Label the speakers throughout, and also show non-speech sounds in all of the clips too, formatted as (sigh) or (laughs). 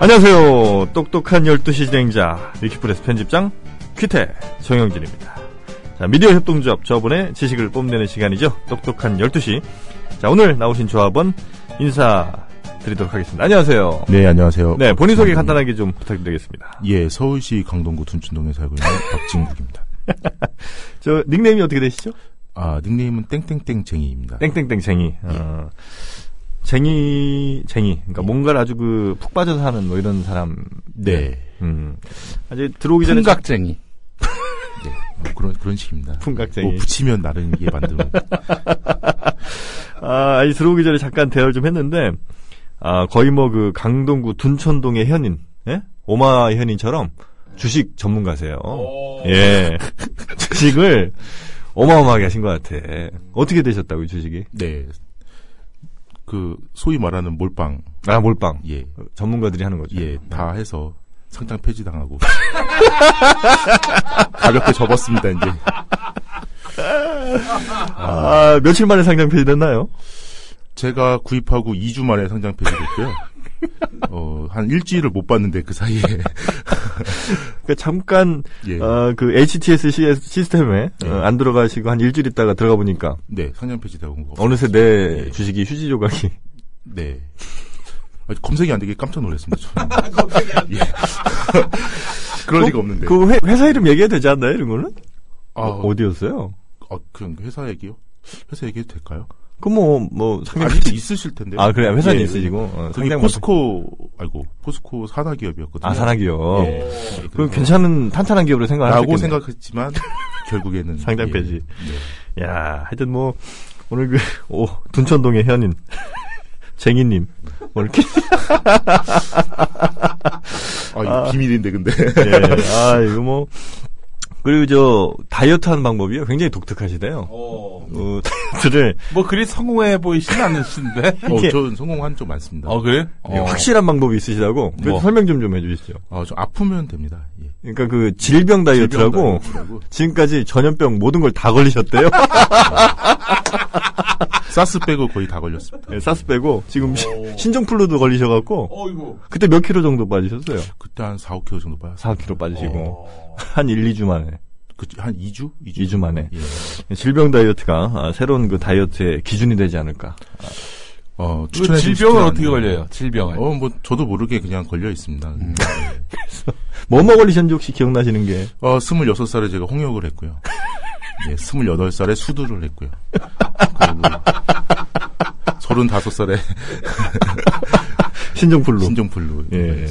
Speaker 1: 안녕하세요. 똑똑한 12시 진행자 위키프레스 편집장 퀴테 정영진입니다. 자, 미디어 협동조합 조합원의 지식을 뽐내는 시간이죠. 똑똑한 12시. 자, 오늘 나오신 조합원 인사드리도록 하겠습니다. 안녕하세요.
Speaker 2: 네, 안녕하세요.
Speaker 1: 네, 본인 소개 간단하게 좀 부탁드리겠습니다.
Speaker 2: 예, 서울시 강동구 둔촌동에 살고 있는 (laughs) 박진국입니다.
Speaker 1: 저 닉네임이 어떻게 되시죠?
Speaker 2: 아, 닉네임은 땡땡땡쟁이입니다.
Speaker 1: 땡땡땡쟁이. 어, 쟁이, 쟁이. 그러니까 뭔가를 아주 그 푹 빠져서 하는 뭐 이런 사람.
Speaker 2: 네.
Speaker 1: 음. 아직 들어오기 전에
Speaker 3: 풍각쟁이.
Speaker 2: 뭐 그런, 그런 식입니다.
Speaker 1: 풍각쟁이.
Speaker 2: 뭐 붙이면 나름 이게
Speaker 1: (laughs)
Speaker 2: 만드는.
Speaker 1: 아, 아니, 들어오기 전에 잠깐 대화를 좀 했는데, 아, 거의 뭐 그 강동구 둔천동의 현인, 예? 오마 현인처럼 주식 전문가세요. 예. (laughs) 주식을 어마어마하게 하신 것 같아. 어떻게 되셨다고요, 주식이?
Speaker 2: 네. 그, 소위 말하는 몰빵.
Speaker 1: 아, 몰빵.
Speaker 2: 예.
Speaker 1: 전문가들이 하는 거죠.
Speaker 2: 예, 다 해서 상장 폐지당하고. 가볍게 접었습니다, 이제.
Speaker 1: 아, 며칠 만에 상장 폐지됐나요?
Speaker 2: 제가 구입하고 2주 만에 상장 폐지됐고요.
Speaker 1: (laughs)
Speaker 2: 어, 한 일주일을 못 봤는데 그 사이에.
Speaker 1: 아. 그러니까 잠깐,
Speaker 2: 예.
Speaker 1: 어, 그 HTS 시- 시스템에
Speaker 2: 예.
Speaker 1: 어, 안 들어가시고 한 일주일 있다가 들어가 보니까
Speaker 2: 네, 상장 폐지되고 온 거.
Speaker 1: 어느새 내
Speaker 2: 예.
Speaker 1: 주식이 휴지 조각이
Speaker 2: 네. 아, 검색이 안 되게 깜짝 놀랐습니다. 저는. 예. (laughs) 그럴 리가 없는데.
Speaker 1: 그 회, 회사 이름 얘기해도 되지 않나요, 이런 거는?
Speaker 2: 아,
Speaker 1: 어, 어디였어요?
Speaker 2: 아, 그냥 회사 얘기요? 회사 얘기해도 될까요?
Speaker 1: 그 뭐, 뭐, 상장
Speaker 2: 아니, 있으실 텐데.
Speaker 1: 아, 그래요? 회사는
Speaker 2: 예.
Speaker 1: 있으시고. 어,
Speaker 2: 저기
Speaker 1: 상장
Speaker 2: 포스코, 아이고, 포스코 산하기업이었거든요.
Speaker 1: 아, 산하기업.
Speaker 2: 예.
Speaker 1: 그럼
Speaker 2: 그래서
Speaker 1: 괜찮은, 탄탄한 기업으로
Speaker 2: 라고
Speaker 1: 생각하고 (laughs)
Speaker 2: 생각했지만, 결국에는.
Speaker 1: 상장
Speaker 2: 예.
Speaker 1: 폐지.
Speaker 2: 네.
Speaker 1: 야, 하여튼 뭐, 오늘 그, (laughs) 오, 둔천동의 현인. (laughs) 쟁이님. 뭐
Speaker 2: (laughs)
Speaker 1: 이렇게.
Speaker 2: 아, 이거
Speaker 1: (laughs)
Speaker 2: 비밀인데, 근데.
Speaker 1: 예. 아, 이거 뭐. 그리고 저, 다이어트 하는 방법이요. 굉장히 독특하시대요. 어, (laughs) 다이어트를
Speaker 3: 뭐 그리 성공해 보이진 않으신데. (laughs)
Speaker 2: 어,
Speaker 1: 이게-
Speaker 2: 저는 성공한 쪽 많습니다.
Speaker 3: 어 그래? 어.
Speaker 1: 확실한 방법이 있으시다고. 그래도
Speaker 3: 뭐.
Speaker 1: 설명 좀 좀 해주시죠.
Speaker 2: 아, 저 아프면 됩니다. 예.
Speaker 1: 그러니까 그 질병 다이어트라고
Speaker 2: 질병
Speaker 1: 지금까지 전염병 모든 걸 다 걸리셨대요. (laughs)
Speaker 2: 사스 빼고 거의 다 걸렸습니다.
Speaker 1: 예, 사스 빼고 지금 신종플루도 걸리셔갖고
Speaker 3: 어이구.
Speaker 1: 그때 몇 킬로 정도 빠지셨어요?
Speaker 2: 그때 한 4, 5kg 정도 빠졌어요.
Speaker 1: 4 킬로 빠지시고 한 1, 2주 만에
Speaker 2: 그, 한 2주? 2주?
Speaker 1: 2주 네. 만에
Speaker 2: 예.
Speaker 1: 질병 다이어트가 아, 새로운 그 다이어트의 기준이 되지 않을까?
Speaker 2: 어,
Speaker 3: 그
Speaker 2: 추천해 주고 싶지는
Speaker 3: 질병은 어떻게
Speaker 2: 않네요.
Speaker 3: 걸려요? 질병은.
Speaker 2: 어, 뭐, 저도 모르게 그냥 걸려 있습니다.
Speaker 1: 뭐뭐 걸리셨는지 혹시 기억나시는 게
Speaker 2: 어, 26살에 제가 홍역을 했고요. 예, 28살에 수두를 했고요. 그리고 35살에
Speaker 1: 신종플루.
Speaker 2: 신종플루.
Speaker 1: 예.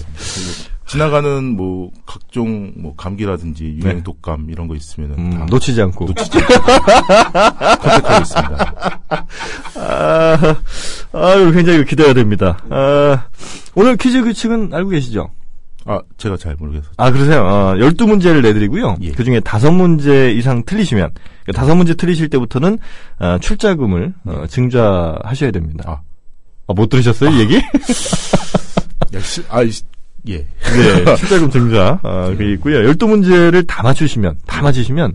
Speaker 2: 지나가는 뭐, 각종 뭐, 감기라든지 유행
Speaker 1: 네.
Speaker 2: 독감 이런 거 있으면은
Speaker 1: 음,
Speaker 2: 다
Speaker 1: 놓치지 않고.
Speaker 2: (laughs) 컨택하고 있습니다.
Speaker 1: 아, 아유, 굉장히 기대가 됩니다. 아, 오늘 퀴즈 규칙은 알고 계시죠?
Speaker 2: 아, 제가 잘 모르겠어요.
Speaker 1: 아, 그러세요? 어, 12문제를 내드리고요.
Speaker 2: 예.
Speaker 1: 그 중에 5문제 이상 틀리시면, 그 5문제 틀리실 때부터는, 어, 출자금을, 어, 증자하셔야 됩니다.
Speaker 2: 아.
Speaker 1: 아, 못 들으셨어요, 이 얘기?
Speaker 2: 야, 시, 아, 이 시- 예.
Speaker 1: (laughs) (laughs) 네, 출자금 증자. 아, 그게 있고요. 12문제를 다 맞추시면, 다 맞히시면,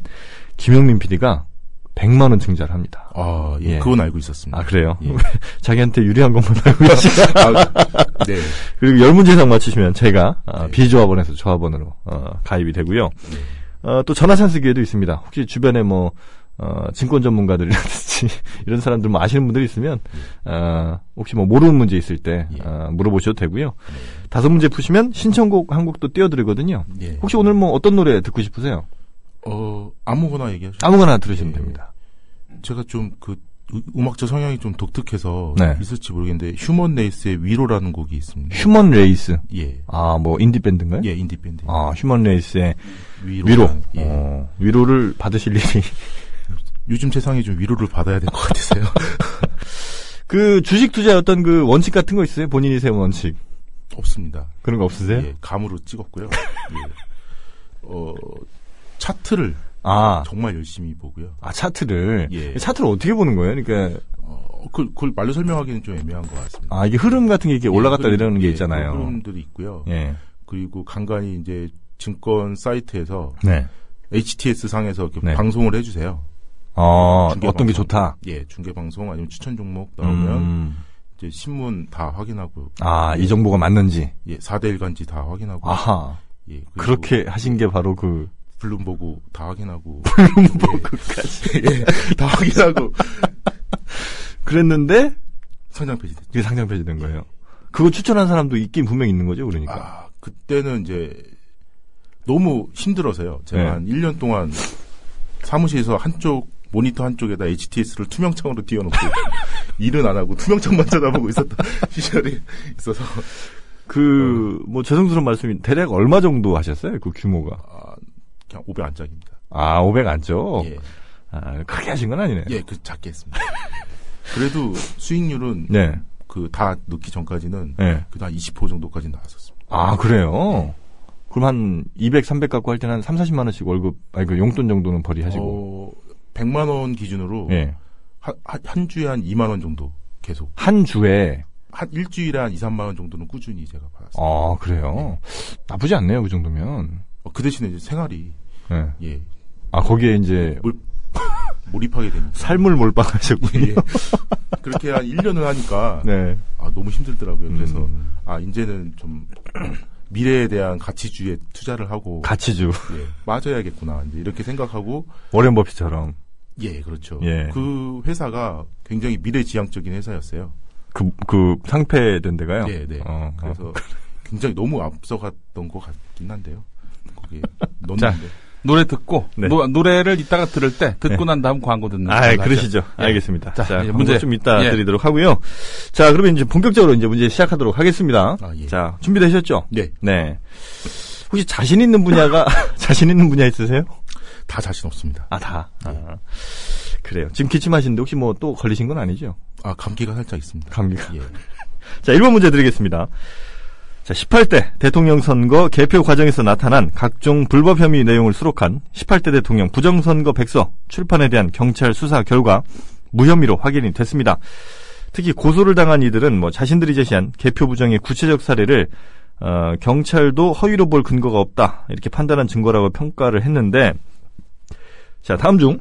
Speaker 1: 김영민 PD가 100만원 증자를 합니다.
Speaker 2: 아, 예.
Speaker 1: 예.
Speaker 2: 그건 알고 있었습니다.
Speaker 1: 아, 그래요?
Speaker 2: 예.
Speaker 1: (laughs) 자기한테 유리한 것만 알고 계시
Speaker 2: 아, 네.
Speaker 1: 그리고 10문제 이상 맞추시면 제가 어,
Speaker 2: 네.
Speaker 1: 비조합원에서 조합원으로 어, 가입이 되고요.
Speaker 2: 네.
Speaker 1: 어, 또 전화 찬스 기회도 있습니다. 혹시 주변에 뭐 어, 증권 전문가들이라든지 (laughs) 이런 사람들 뭐 아시는 분들이 있으면 어, 혹시 뭐 모르는 문제 있을 때
Speaker 2: 네. 예. 네.
Speaker 1: 어, 물어보셔도 되고요. 다섯 문제 푸시면 신청곡 한 곡도 띄워드리거든요.
Speaker 2: 예.
Speaker 1: 혹시 오늘 뭐 어떤 노래 듣고 싶으세요?
Speaker 2: 어, 아무거나 얘기하죠.
Speaker 1: 아무거나 들으시면
Speaker 2: 예.
Speaker 1: 됩니다.
Speaker 2: 제가 좀 그 음악적 성향이 좀 독특해서
Speaker 1: 네.
Speaker 2: 있을지 모르겠는데 휴먼 레이스의 위로라는 곡이 있습니다.
Speaker 1: 휴먼 레이스.
Speaker 2: 예.
Speaker 1: 아, 뭐 인디 밴드인가요?
Speaker 2: 예, 인디 밴드.
Speaker 1: 아, 휴먼 레이스의
Speaker 2: 위로.
Speaker 1: 위로.
Speaker 2: 예.
Speaker 1: 어, 위로를 받으실 일이
Speaker 2: 요즘 세상에 좀 위로를 받아야 될 것
Speaker 1: (laughs)
Speaker 2: 같으세요?
Speaker 1: 그 주식 투자의 어떤 그 원칙 같은 거 있어요? 본인이 세운 원칙
Speaker 2: 없습니다.
Speaker 1: 그런 거 없으세요?
Speaker 2: 예, 감으로
Speaker 1: (laughs)
Speaker 2: 찍었고요. 예. 어, 차트를
Speaker 1: 아,
Speaker 2: 정말 열심히 보고요.
Speaker 1: 아 차트를
Speaker 2: 예.
Speaker 1: 차트를 어떻게 보는 거예요? 그러니까
Speaker 2: 어, 그걸, 그걸 말로 설명하기는 좀 애매한 것 같습니다.
Speaker 1: 아 이게 흐름 같은 게 이렇게 올라갔다
Speaker 2: 예,
Speaker 1: 내려오는 게
Speaker 2: 예,
Speaker 1: 있잖아요.
Speaker 2: 그런 흐름들이 있고요.
Speaker 1: 예,
Speaker 2: 그리고 간간히 이제 증권 사이트에서
Speaker 1: 네.
Speaker 2: HTS 상에서 이렇게
Speaker 1: 네.
Speaker 2: 방송을 해주세요.
Speaker 1: 어
Speaker 2: 중계
Speaker 1: 어떤 게
Speaker 2: 방송.
Speaker 1: 좋다.
Speaker 2: 예, 중계 방송 아니면 추천 종목 나오면
Speaker 1: 음,
Speaker 2: 이제 이제 신문 다 확인하고
Speaker 1: 아, 이 정보가 맞는지.
Speaker 2: 예, 4대 일간지 다 확인하고
Speaker 1: 아하.
Speaker 2: 예, 그리고
Speaker 1: 그렇게 하신 게 바로
Speaker 2: (laughs)
Speaker 1: 그
Speaker 2: 블룸버그 다 확인하고
Speaker 1: 블룸버그까지
Speaker 2: 예, 다 확인하고
Speaker 1: (laughs) 그랬는데
Speaker 2: 상장 페이지 됐죠.
Speaker 1: 이게 상장 페이지 된 거예요. 그거 추천한 사람도 있긴 분명 히 있는 거죠, 그러니까.
Speaker 2: 아, 그때는 이제 너무 힘들어서요. 제가
Speaker 1: 네.
Speaker 2: 한 1년 동안 사무실에서 한쪽 모니터 한쪽에다 HTS를 투명창으로 띄워놓고 (laughs) 일은 안 하고 투명창만 쳐다보고 있었던 (laughs) 시절이 있어서
Speaker 1: 그 뭐 죄송스러운 말씀이 대략 얼마 정도 하셨어요? 그 규모가.
Speaker 2: 아, 그냥 500 안짝입니다.
Speaker 1: 아, 500 안쪽.
Speaker 2: 예,
Speaker 1: 아, 크게 하신 건 아니네.
Speaker 2: 예, 그 작게 했습니다. (laughs) 그래도 수익률은
Speaker 1: 네.
Speaker 2: 그 다 넣기 전까지는
Speaker 1: 네.
Speaker 2: 그다음 20% 정도까지 나왔었습니다.
Speaker 1: 아, 그래요. 그럼 한 200, 300 갖고 할 때는 한 3, 40만 원씩 월급 아니 그 용돈 정도는 벌이하시고.
Speaker 2: 어, 100만 원 기준으로
Speaker 1: 예.
Speaker 2: 한, 한- 한 주에 한 2만 원 정도 계속
Speaker 1: 한 주에
Speaker 2: 한 일주일에 한 2, 3만 원 정도는 꾸준히 제가 받았어요.
Speaker 1: 아, 그래요. 나쁘지 않네요, 그 정도면.
Speaker 2: 어, 그 대신에 이제 생활이
Speaker 1: 예.
Speaker 2: 예
Speaker 1: 아, 거기에 이제
Speaker 2: 몰, 몰입하게 됩니다.
Speaker 1: 삶을 몰빵하셨군요.
Speaker 2: (laughs) 예. (laughs) 그렇게 한 1년을 하니까
Speaker 1: 네.
Speaker 2: 아, 너무 힘들더라고요. 그래서
Speaker 1: 음.
Speaker 2: 아 이제는 좀 (clears throat) 미래에 대한 가치주의에 투자를 하고
Speaker 1: 가치주.
Speaker 2: 예, 맞아야겠구나 이제 이렇게 생각하고
Speaker 1: 워렌 버핏처럼.
Speaker 2: 예 그렇죠.
Speaker 1: 예.
Speaker 2: 그 회사가 굉장히 미래지향적인 회사였어요.
Speaker 1: 그, 그 상패된 데가요?
Speaker 2: 네, 네.
Speaker 1: 어, 어.
Speaker 2: 그래서 굉장히 너무 앞서갔던 것 같긴 한데요. (laughs) 거기
Speaker 3: 자.
Speaker 2: 넣는데
Speaker 3: 노래 듣고
Speaker 1: 네.
Speaker 3: 노, 노래를 이따가 들을 때 듣고
Speaker 1: 네.
Speaker 3: 난 다음 광고 듣는
Speaker 1: 아,
Speaker 3: 걸로 하죠.
Speaker 1: 그러시죠. 알겠습니다.
Speaker 3: 자,
Speaker 1: 자,
Speaker 3: 이제
Speaker 1: 문제
Speaker 3: 문제.
Speaker 1: 좀 이따
Speaker 3: 예.
Speaker 1: 드리도록 하고요. 자, 그러면 이제 본격적으로 이제 문제 시작하도록 하겠습니다.
Speaker 2: 아, 예.
Speaker 1: 자, 준비되셨죠?
Speaker 2: 네,
Speaker 1: 네. 혹시 자신 있는 분야가 (laughs) 자신 있는 분야 있으세요?
Speaker 2: 다 자신 없습니다.
Speaker 1: 아, 다. 아, 그래요. 지금 기침하시는데 혹시 뭐 또 걸리신 건 아니죠?
Speaker 2: 아 감기가 살짝 있습니다.
Speaker 1: 감기가.
Speaker 2: 예.
Speaker 1: 자, 1번 문제 드리겠습니다. 자, 18대 대통령 선거 개표 과정에서 나타난 각종 불법 혐의 내용을 수록한 18대 대통령 부정선거 백서 출판에 대한 경찰 수사 결과 무혐의로 확인이 됐습니다. 특히 고소를 당한 이들은 뭐 자신들이 제시한 개표 부정의 구체적 사례를 어, 경찰도 허위로 볼 근거가 없다 이렇게 판단한 증거라고 평가를 했는데 자 다음 중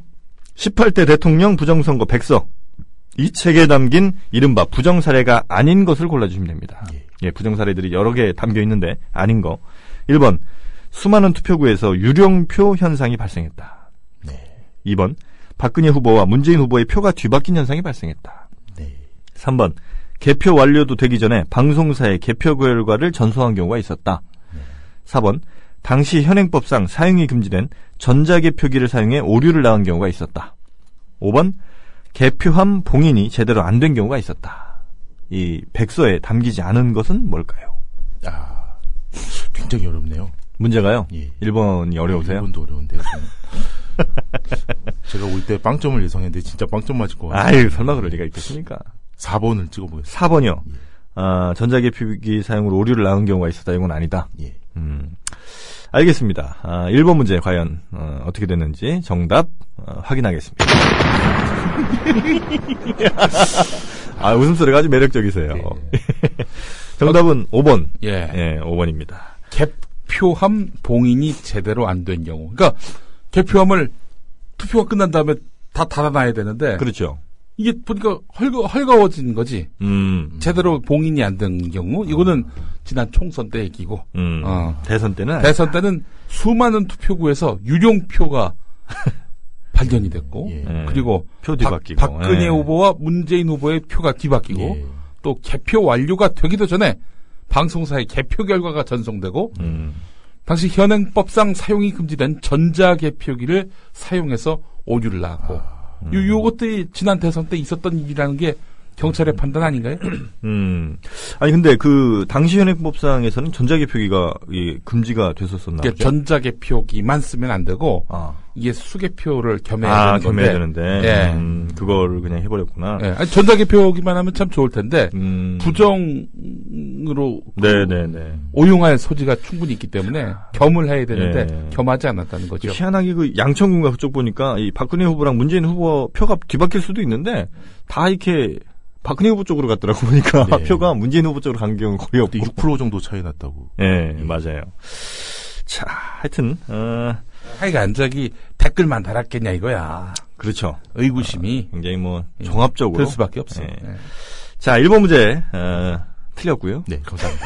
Speaker 1: 18대 대통령 부정선거 백서 이 책에 담긴 이른바 부정 사례가 아닌 것을 골라주시면 됩니다. 예,
Speaker 2: 예.
Speaker 1: 부정 사례들이 여러 개 담겨 있는데 아닌 거. 1번 수많은 투표구에서 유령표 현상이 발생했다.
Speaker 2: 네,
Speaker 1: 2번 박근혜 후보와 문재인 후보의 표가 뒤바뀐 현상이 발생했다.
Speaker 2: 네.
Speaker 1: 3번 개표 완료도 되기 전에 방송사에 개표 결과를 전송한 경우가 있었다.
Speaker 2: 네.
Speaker 1: 4번 당시 현행법상 사용이 금지된 전자개표기를 사용해 오류를 낳은 경우가 있었다. 5번 개표함 봉인이 제대로 안 된 경우가 있었다. 이 백서에 담기지 않은 것은 뭘까요?
Speaker 2: 아 굉장히 어렵네요.
Speaker 1: 문제가요?
Speaker 2: 예.
Speaker 1: 1번이 어려우세요?
Speaker 2: 일본도 어려운데요. 저는. (laughs) 제가 올 때 빵점을 예상했는데 진짜 빵점 맞을 것 같아요.
Speaker 1: 아유 설마 그럴 리가 있겠습니까?
Speaker 2: 4번을 찍어보겠습니다.
Speaker 1: 4번이요.
Speaker 2: 예.
Speaker 1: 아, 전자개표기 사용으로 오류를 낳은 경우가 있었다. 이건 아니다.
Speaker 2: 예.
Speaker 1: 음, 알겠습니다. 아, 1번 문제 과연 어, 떻게 됐는지 정답 어, 확인하겠습니다. (laughs) 아, 웃음소리가 아주 매력적이세요.
Speaker 2: 예.
Speaker 1: (laughs) 정답은 5번.
Speaker 2: 네.
Speaker 3: 예.
Speaker 1: 예, 5번입니다.
Speaker 3: 개표함 봉인이 제대로 안 된 경우. 그러니까 개표함을 투표가 끝난 다음에 다 달아놔야 되는데
Speaker 1: 그렇죠.
Speaker 3: 이게 보니까 헐거, 헐거워진 거지.
Speaker 1: 음, 아.
Speaker 3: 제대로 봉인이 안 된 경우 이거는 지난 총선 때 얘기고
Speaker 1: 음,
Speaker 3: 어.
Speaker 1: 대선 때는 아니-
Speaker 3: 대선 때는 수많은 투표구에서
Speaker 1: (laughs)
Speaker 3: 유령표가 발견이 됐고
Speaker 2: 예.
Speaker 1: 예,
Speaker 3: 그리고
Speaker 1: 표
Speaker 3: 박-
Speaker 1: 뒤바뀌고
Speaker 3: 박근혜
Speaker 1: 예.
Speaker 3: 후보와 문재인 후보의 표가 뒤바뀌고
Speaker 2: 예.
Speaker 3: 또 개표 완료가 되기도 전에 방송사의 개표 결과가 전송되고
Speaker 1: 음,
Speaker 3: 당시 현행법상 사용이 금지된 전자개표기를 사용해서 오류를 낳았고
Speaker 1: 아, 음.
Speaker 3: 요, 요것들이 지난 대선 때 있었던 일이라는 게 경찰의 판단 아닌가요?
Speaker 1: 음. 아니 근데 그 당시 현행법상에서는 전자개표기가 이 금지가 됐었었나
Speaker 3: 이게
Speaker 1: 보죠.
Speaker 3: 전자개표기만 쓰면 안 되고
Speaker 1: 아,
Speaker 3: 이게 수개표를 겸해야
Speaker 1: 아
Speaker 3: 되는
Speaker 1: 겸해야
Speaker 3: 건데
Speaker 1: 되는데
Speaker 3: 네, 예.
Speaker 1: 음, 그거를 그냥 해버렸구나.
Speaker 3: 예, 아니, 전자개표기만 하면 참 좋을 텐데
Speaker 1: 음.
Speaker 3: 부정으로 그
Speaker 1: 네네네.
Speaker 3: 오용할 소지가 충분히 있기 때문에 겸을 해야 되는데
Speaker 1: 예.
Speaker 3: 겸하지 않았다는 거죠.
Speaker 1: 희한하게 그 양천군가 그쪽 보니까 이 박근혜 후보랑 문재인 후보 표가 뒤바뀔 수도 있는데 다 이렇게 박근혜 후보 쪽으로 갔더라고 보니까
Speaker 3: 예.
Speaker 2: 네.
Speaker 1: (laughs) 표가 문재인 후보 쪽으로 간 경우 거의 없고.
Speaker 2: 6% 정도 차이 났다고.
Speaker 1: 예, 맞아요. 자, 하여튼 어,
Speaker 3: 하여간 안작이 댓글만 달았겠냐 이거야.
Speaker 1: 그렇죠.
Speaker 3: 의구심이
Speaker 2: 아,
Speaker 1: 굉장히 뭐 종합적으로
Speaker 3: 들 수밖에 없어.
Speaker 1: 예.
Speaker 3: 예.
Speaker 1: 자, 1번 문제, 어, 틀렸고요
Speaker 2: 네, 감사합니다.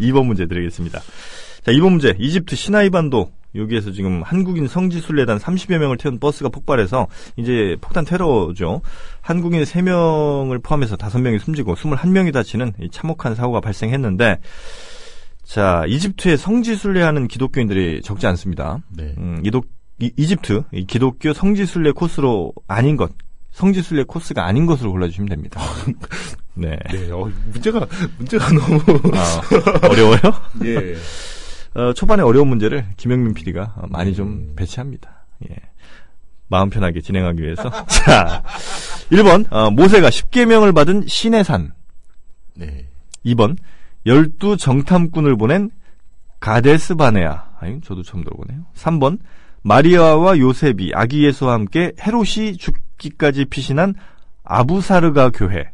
Speaker 1: 2번 문제 드리겠습니다. 자, 2번 문제. 이집트 시나이반도 여기에서 지금 한국인 성지순례단 30여 명을 태운 버스가 폭발해서 이제 폭탄 테러죠. 한국인 3명을 포함해서 5명이 숨지고 21명이 다치는 이 참혹한 사고가 발생했는데 자, 이집트에 성지순례하는 기독교인들이 적지 않습니다.
Speaker 2: 네.
Speaker 1: 음, 이독, 이, 이집트 이 기독교 성지순례 코스로 아닌 것 성지순례 코스가 아닌 것으로 골라주시면 (laughs) 됩니다. 네.
Speaker 2: 네, 어, 문제가, 문제가 (laughs) 너무.
Speaker 1: 아, 어려워요?
Speaker 2: 예.
Speaker 1: (laughs) 어, 초반에 어려운 문제를 김영민 PD가 많이 좀 배치합니다. 예. 마음 편하게 진행하기 (laughs) 위해서. 자, 1번, 어, 모세가 10개명을 받은 시내산.
Speaker 2: 네.
Speaker 1: 2번, 12 정탐꾼을 보낸 가데스 바네아. 아니, 저도 처음 들어보네요. 3번, 마리아와 요셉이 아기 예수와 함께 헤롯이 죽기까지 피신한 아부사르가 교회.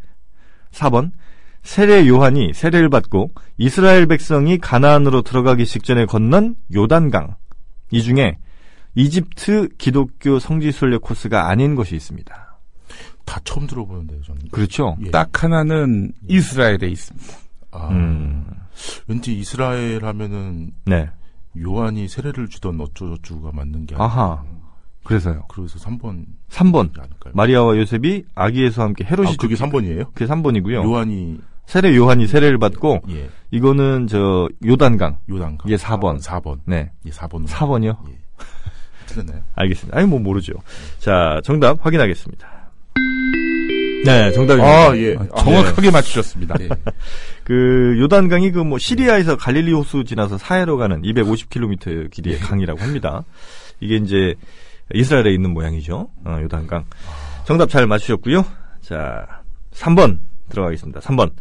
Speaker 1: 4번, 세례 요한이 세례를 받고 이스라엘 백성이 가나안으로 들어가기 직전에 건넌 요단강. 이 중에 이집트 기독교 성지순례 코스가 아닌 것이 있습니다.
Speaker 2: 다 처음 들어보는데요, 저는.
Speaker 1: 그렇죠?
Speaker 2: 예.
Speaker 3: 딱 하나는 이스라엘에 있습니다.
Speaker 2: 아,
Speaker 1: 음,
Speaker 2: 왠지 이스라엘 하면은
Speaker 1: 네.
Speaker 2: 요한이 세례를 주던 어쩌저쩌가 맞는 게 아니고.
Speaker 1: 아하. 그래서요.
Speaker 2: 그래서 3번
Speaker 1: 3번.
Speaker 2: 아닐까요?
Speaker 1: 네. 마리아와 요셉이 아기 예수와 함께 헤롯이
Speaker 2: 아,
Speaker 1: 죽
Speaker 2: 그게 3번이에요?
Speaker 1: 그게 3번이고요.
Speaker 2: 요한이
Speaker 1: 세례 요한이 세례를 받고
Speaker 2: 예,
Speaker 1: 이거는 저 요단강.
Speaker 2: 요단
Speaker 1: 이게 예, 4번.
Speaker 2: 4번.
Speaker 1: 네.
Speaker 2: 예, 4번.
Speaker 1: 4번이요?
Speaker 2: 예. 틀렸나요?
Speaker 1: 알겠습니다. 아니 뭐 모르죠. 자, 정답 확인하겠습니다. 네, 정답입니다.
Speaker 2: 아, 예.
Speaker 3: 아, 정확하게 맞추셨습니다.
Speaker 2: 예.
Speaker 1: 그 요단강이 그 뭐 시리아에서 갈릴리 호수 지나서 사해로 가는 250km
Speaker 2: 예.
Speaker 1: 길이의 강이라고 합니다. 이게 이제 이스라엘에 있는 모양이죠. 어, 요단강. 정답 잘 맞추셨고요. 자, 3번 들어가겠습니다. 3번.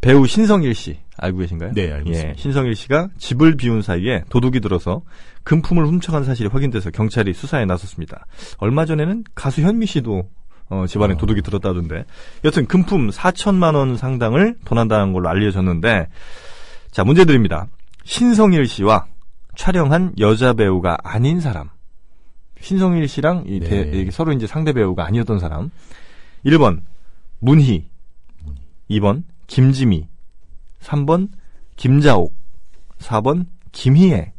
Speaker 1: 배우 신성일 씨 알고 계신가요?
Speaker 2: 네, 알고
Speaker 1: 예,
Speaker 2: 있습니다.
Speaker 1: 신성일 씨가 집을 비운 사이에 도둑이 들어서 금품을 훔쳐간 사실이 확인돼서 경찰이 수사에 나섰습니다. 얼마 전에는 가수 현미 씨도 어, 집안에 도둑이 들었다던데. 여튼 금품 4천만 원 상당을 도난당한 걸로 알려졌는데 자, 문제 드립니다. 신성일 씨와 촬영한 여자 배우가 아닌 사람. 신성일 씨랑 이 대-
Speaker 2: 네.
Speaker 1: 이게 서로 이제 상대 배우가 아니었던 사람. 1번 문희. 2번 김지미. 3번 김자옥. 4번 김희애.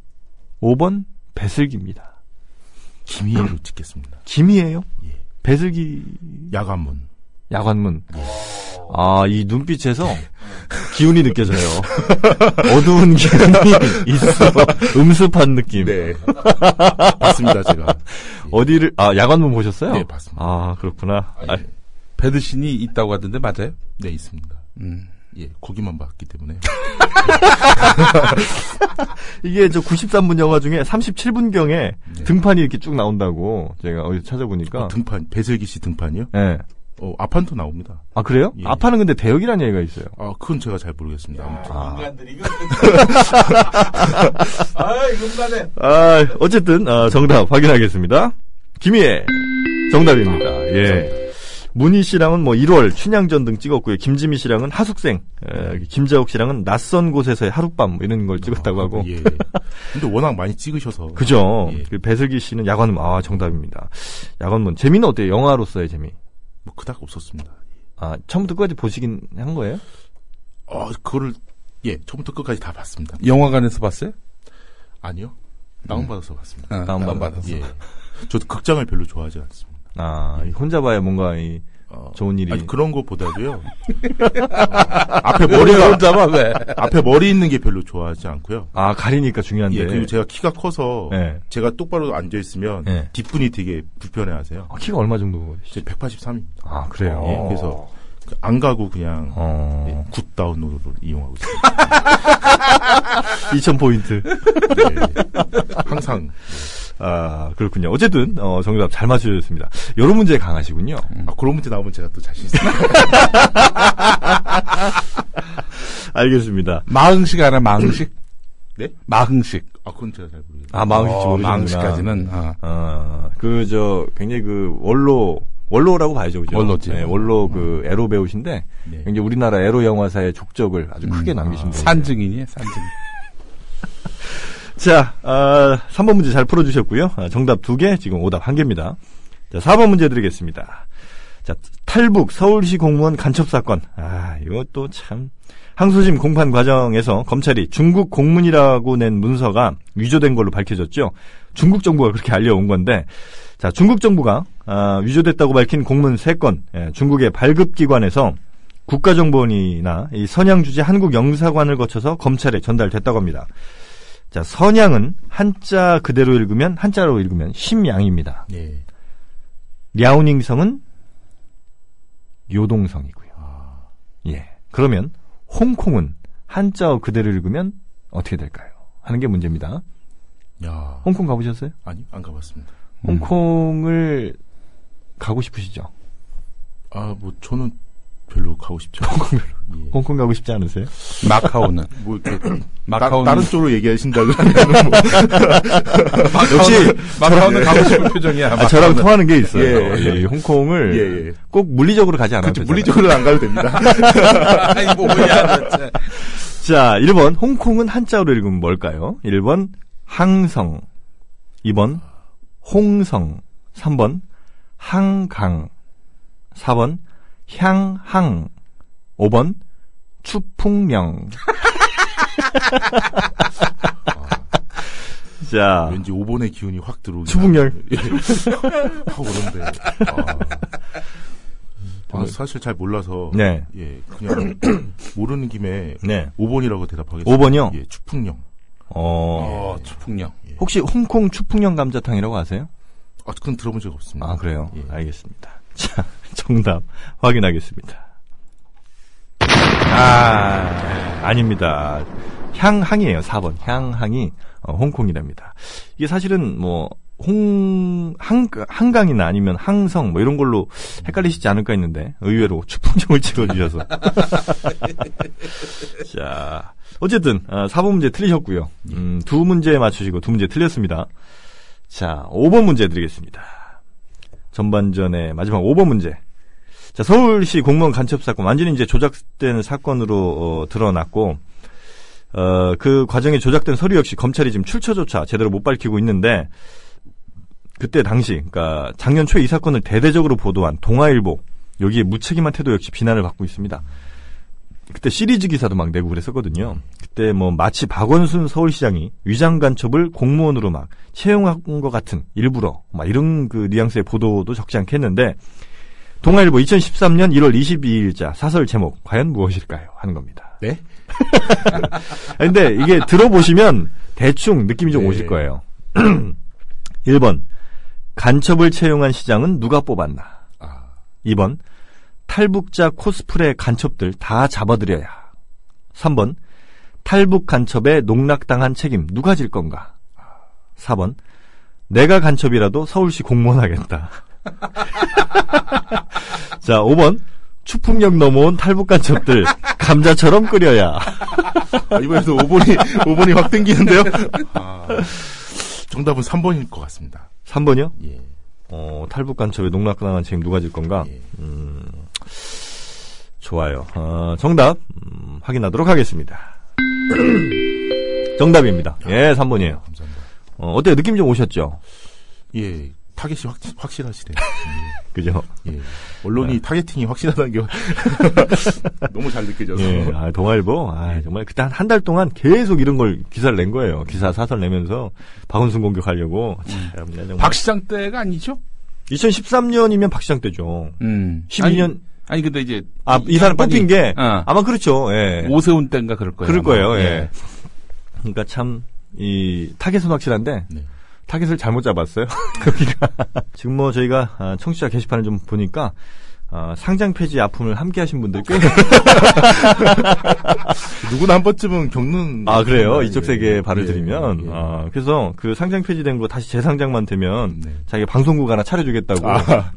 Speaker 1: 5번 배슬기입니다.
Speaker 2: 김희애로 찍겠습니다.
Speaker 1: 김희애요?
Speaker 2: 예.
Speaker 1: 배슬기
Speaker 2: 야간문.
Speaker 1: 야관문. 아, 이 눈빛에서 기운이
Speaker 2: (laughs)
Speaker 1: 느껴져요. 어두운 기운이 있어. 음습한 느낌.
Speaker 2: (laughs) 네. 봤습니다, 제가.
Speaker 1: 어디를, 아, 야관문 보셨어요?
Speaker 2: 네, 봤습니다. 예.
Speaker 1: 아, 그렇구나. 아,
Speaker 3: 배드신이 있다고 하던데 맞아요?
Speaker 2: 네, 있습니다.
Speaker 3: 음.
Speaker 2: 예, 거기만 봤기 때문에.
Speaker 1: 이게 저 93분 영화 중에 37분경에 등판이 이렇게 쭉 나온다고 제가 어디서 찾아보니까.
Speaker 2: 네. 등판, 배슬기 씨 등판이요?
Speaker 1: 예.
Speaker 2: 어, 아판도 나옵니다.
Speaker 1: 아, 그래요?
Speaker 2: 예.
Speaker 1: 아파는 근데 대역이라는 얘기가 있어요.
Speaker 2: 아, 그건 제가 잘 모르겠습니다. 아무튼.
Speaker 4: 인간들이
Speaker 2: (laughs)
Speaker 4: 이거. 아이, 음란해.
Speaker 1: 아, 어쨌든, 아, 정답 확인하겠습니다. 김희애. 정답입니다. 예. 문희 씨랑은 뭐 1월 춘향전 등 찍었고요. 김지미 씨랑은 하숙생, 에, 김자옥 씨랑은 낯선 곳에서의 하룻밤 뭐 이런 걸 찍었다고 하고.
Speaker 2: 예. 근데 워낙 많이 찍으셔서.
Speaker 1: 그죠.
Speaker 2: 예.
Speaker 1: 그 배슬기 씨는 야관문, 아, 정답입니다. 야관문. 재미는 어때요? 영화로서의 재미.
Speaker 2: 뭐, 그닥 없었습니다.
Speaker 1: 아, 처음부터 끝까지 보시긴 한 거예요?
Speaker 2: 어, 그거를, 예, 처음부터 끝까지 다 봤습니다.
Speaker 3: 영화관에서 봤어요?
Speaker 2: 아니요. 다운받아서 봤습니다.
Speaker 3: 아,
Speaker 1: 음. 다운받-
Speaker 3: 다운받았어.
Speaker 2: 예. 저도 극장을 별로 좋아하지 않습니다.
Speaker 1: 아, 이 혼자 봐야 뭔가 이
Speaker 2: 어,
Speaker 1: 좋은 일이.
Speaker 2: 아니,
Speaker 1: (laughs)
Speaker 2: 그런 거보다도요. 어, 앞에 머리가,
Speaker 3: 예. 혼자봐 왜?
Speaker 2: 앞에 머리 있는 게 별로 좋아하지 않고요.
Speaker 1: 아, 가리니까 중요한데.
Speaker 2: 예, 그리고 제가 키가 커서
Speaker 1: 네.
Speaker 2: 제가 똑바로 앉아있으면
Speaker 1: 네.
Speaker 2: 뒷분이 되게 불편해하세요.
Speaker 1: 아, 키가 얼마 정도 되시죠?
Speaker 2: 제 183입니다.
Speaker 1: 아, 그래요.
Speaker 2: 예, 그래서 그안 가고 그냥
Speaker 1: 어.
Speaker 2: 예, 굿다운으로 이용하고
Speaker 1: (laughs)
Speaker 2: 있습니다.
Speaker 1: 2000포인트.
Speaker 2: 네. 항상
Speaker 1: 아, 그렇군요. 어쨌든, 어, 정답 잘 맞춰주셨습니다. 여러 문제에 강하시군요.
Speaker 2: 아, 그런 문제 나오면 제가 또 자신 있어요. (laughs)
Speaker 1: 알겠습니다.
Speaker 3: 마흥식 알아 마흥식?
Speaker 2: 네?
Speaker 3: 마흥식.
Speaker 2: 아, 그건 제가 잘 모르겠어요.
Speaker 1: 아, 마음씨
Speaker 3: 어,
Speaker 1: 모르시구나.
Speaker 3: 마흥식까지는 아.
Speaker 1: 아, 그, 저, 굉장히 그, 원로, 원로라고 봐야죠, 그죠?
Speaker 3: 원로지.
Speaker 1: 네, 원로 그, 에로 배우신데,
Speaker 2: 네.
Speaker 1: 굉장히 우리나라 에로 영화사의 족적을 아주
Speaker 3: 음.
Speaker 1: 크게 남기신 분이에요.
Speaker 3: 산증인이에요, 산증인.
Speaker 1: 자, 아, 3번 문제 잘 풀어주셨고요. 아, 정답 2개, 지금 오답 1개입니다. 자, 4번 문제 드리겠습니다. 자, 탈북 서울시 공무원 간첩 사건. 아, 이것도 참. 항소심 공판 과정에서 검찰이 중국 공문이라고 낸 문서가 위조된 걸로 밝혀졌죠. 중국 정부가 그렇게 알려온 건데, 자, 중국 정부가 아, 위조됐다고 밝힌 공문 3건, 예, 중국의 발급기관에서 국가정보원이나 이 선양주재 한국영사관을 거쳐서 검찰에 전달됐다고 합니다. 자, 선양은 한자 그대로 읽으면, 한자로 읽으면 심양입니다.
Speaker 2: 예.
Speaker 1: 랴오닝성은 요동성이고요. 예. 그러면 홍콩은 한자어 그대로 읽으면 어떻게 될까요? 하는 게 문제입니다.
Speaker 2: 야.
Speaker 1: 홍콩 가보셨어요?
Speaker 2: 아니, 안 가봤습니다.
Speaker 1: 음. 홍콩을 가고 싶으시죠?
Speaker 2: 아, 뭐, 저는 별로 가고 싶지 (laughs) 않아요. 예.
Speaker 1: 홍콩 가고 싶지 않으세요? (laughs)
Speaker 3: 마카오는
Speaker 2: 뭐, 이렇게
Speaker 3: 마카오는
Speaker 2: 다, 른 쪽으로 (laughs) 얘기하신다고 하면
Speaker 1: 역시
Speaker 3: 마카오는 가고
Speaker 1: (laughs)
Speaker 3: 싶은 표정이야.
Speaker 1: 아, 저랑
Speaker 3: 마카오는.
Speaker 1: 통하는 게 있어요.
Speaker 2: 예, 예.
Speaker 1: 예, 홍콩을
Speaker 2: 예, 예.
Speaker 1: 꼭 물리적으로 가지 않아도
Speaker 2: 그치,
Speaker 1: 되잖아요.
Speaker 2: 물리적으로는 안 가도 됩니다.
Speaker 3: (laughs) 아이 뭐야.
Speaker 1: (laughs)
Speaker 3: 진짜.
Speaker 1: 자, 1번 홍콩은 한자로 읽으면 뭘까요? 1번 항성, 2번 홍성, 3번 한강, 4번 향항, 5번 추풍령. (laughs) 자,
Speaker 2: 왠지 5번의 기운이 확 들어오기.
Speaker 1: 추풍령.
Speaker 2: 하고 그런데. 아. 아, 사실 잘 몰라서.
Speaker 1: 네,
Speaker 2: 예, 그냥 모르는 김에
Speaker 1: 네.
Speaker 2: 5번이라고 대답하겠습니다.
Speaker 1: 5번이요.
Speaker 2: 예, 추풍령.
Speaker 1: 어,
Speaker 3: 어, 추풍령.
Speaker 1: 혹시 홍콩 추풍령 감자탕이라고 아세요?
Speaker 2: 아, 그건 들어본 적 없습니다.
Speaker 1: 아, 그래요?
Speaker 2: 예.
Speaker 1: 알겠습니다. (laughs) 자, 정답 확인하겠습니다. 아, 아닙니다. 향항이에요, 4번. 향항이 어, 홍콩이랍니다. 이게 사실은 뭐, 홍, 항, 한강이나 아니면 항성 뭐 이런 걸로 헷갈리시지 않을까 했는데 의외로 추풍정을 (laughs) 찍어주셔서. 자, 어쨌든 아, 4번 문제 틀리셨고요. 음, 두 문제 맞추시고 두 문제 틀렸습니다. 자, 5번 문제 드리겠습니다. 전반전의 마지막 5번 문제. 자, 서울시 공무원 간첩 사건 완전히 이제 조작된 사건으로 어, 드러났고 어, 그 과정에 조작된 서류 역시 검찰이 지금 출처조차 제대로 못 밝히고 있는데 그때 당시 그러니까 작년 초에 이 사건을 대대적으로 보도한 동아일보 여기에 무책임한 태도 역시 비난을 받고 있습니다. 그때 시리즈 기사도 막 내고 그랬었거든요. 그때 뭐 마치 박원순 서울시장이 위장 간첩을 공무원으로 막 채용한 것 같은 일부러 막 이런 그 뉘앙스의 보도도 적지 않게 했는데 동아일보 2013년 1월 22일자 사설 제목 과연 무엇일까요? 하는 겁니다.
Speaker 2: 네?
Speaker 1: (laughs) 아니, 근데 이게 들어보시면 대충 느낌이 좀
Speaker 2: 네.
Speaker 1: 오실 거예요. (clears throat) 1번 간첩을 채용한 시장은 누가 뽑았나?
Speaker 2: 아.
Speaker 1: 2번 탈북자 코스프레 간첩들 다 잡아들여야. 3번 탈북 간첩에 농락당한 책임 누가 질 건가? 4번 내가 간첩이라도 서울시 공무원 하겠다. (laughs) 자, 5번 추풍역 넘어온 탈북 간첩들 감자처럼 끓여야.
Speaker 2: 아, 이번에도 5번이, 5번이 확 땡기는데요? 아, 정답은 3번일 것 같습니다.
Speaker 1: 3번이요?
Speaker 2: 예.
Speaker 1: 어, 탈북 간첩에 농락당한 책임 누가 질 건가?
Speaker 2: 예.
Speaker 1: 음, 좋아요. 어, 정답 음, 확인하도록 하겠습니다. (clears throat) 정답입니다. 예, 3번이에요.
Speaker 2: 감사합니다.
Speaker 1: 어, 어때요? 느낌 좀 오셨죠?
Speaker 2: 예, 타겟이 확, 확실하시네요.
Speaker 1: 그죠?
Speaker 2: 예. 예. 언론이 타겟팅이 확실하다는 게 너무 잘 느껴져서.
Speaker 1: 예, 아, 동아일보. 아, 정말 그때 한 달 동안 계속 이런 걸 기사를 낸 거예요. 기사 사설 내면서 박원순 공격하려고. 참, 정말.
Speaker 3: 박 시장 때가 아니죠?
Speaker 1: 2013년이면 박시장 때죠.
Speaker 3: 음.
Speaker 1: 12년
Speaker 3: 아니, 아니 근데 이제
Speaker 1: 아, 이 사람 뽑힌 게
Speaker 3: 어.
Speaker 1: 아마 그렇죠. 예.
Speaker 3: 오세훈 때인가 그럴 거예요.
Speaker 1: 그럴
Speaker 3: 아마.
Speaker 1: 거예요. 예. 그러니까 참 이 타겟은 확실한데
Speaker 2: 네.
Speaker 1: 타겟을 잘못 잡았어요. (laughs) 거기가 지금 뭐 저희가 아, 청취자 게시판을 좀 보니까 아, 상장 페이지 아픔을 함께하신 분들 꽤
Speaker 2: 누구나 한 번쯤은 겪는.
Speaker 1: 아 그래요
Speaker 2: 예.
Speaker 1: 이쪽 세계에 발을
Speaker 2: 예.
Speaker 1: 들이면
Speaker 2: 예.
Speaker 1: 아, 그래서 그 상장 페이지 된 거 다시 재상장만 되면
Speaker 2: 네.
Speaker 1: 자기가 방송국 하나 차려주겠다고
Speaker 2: 아.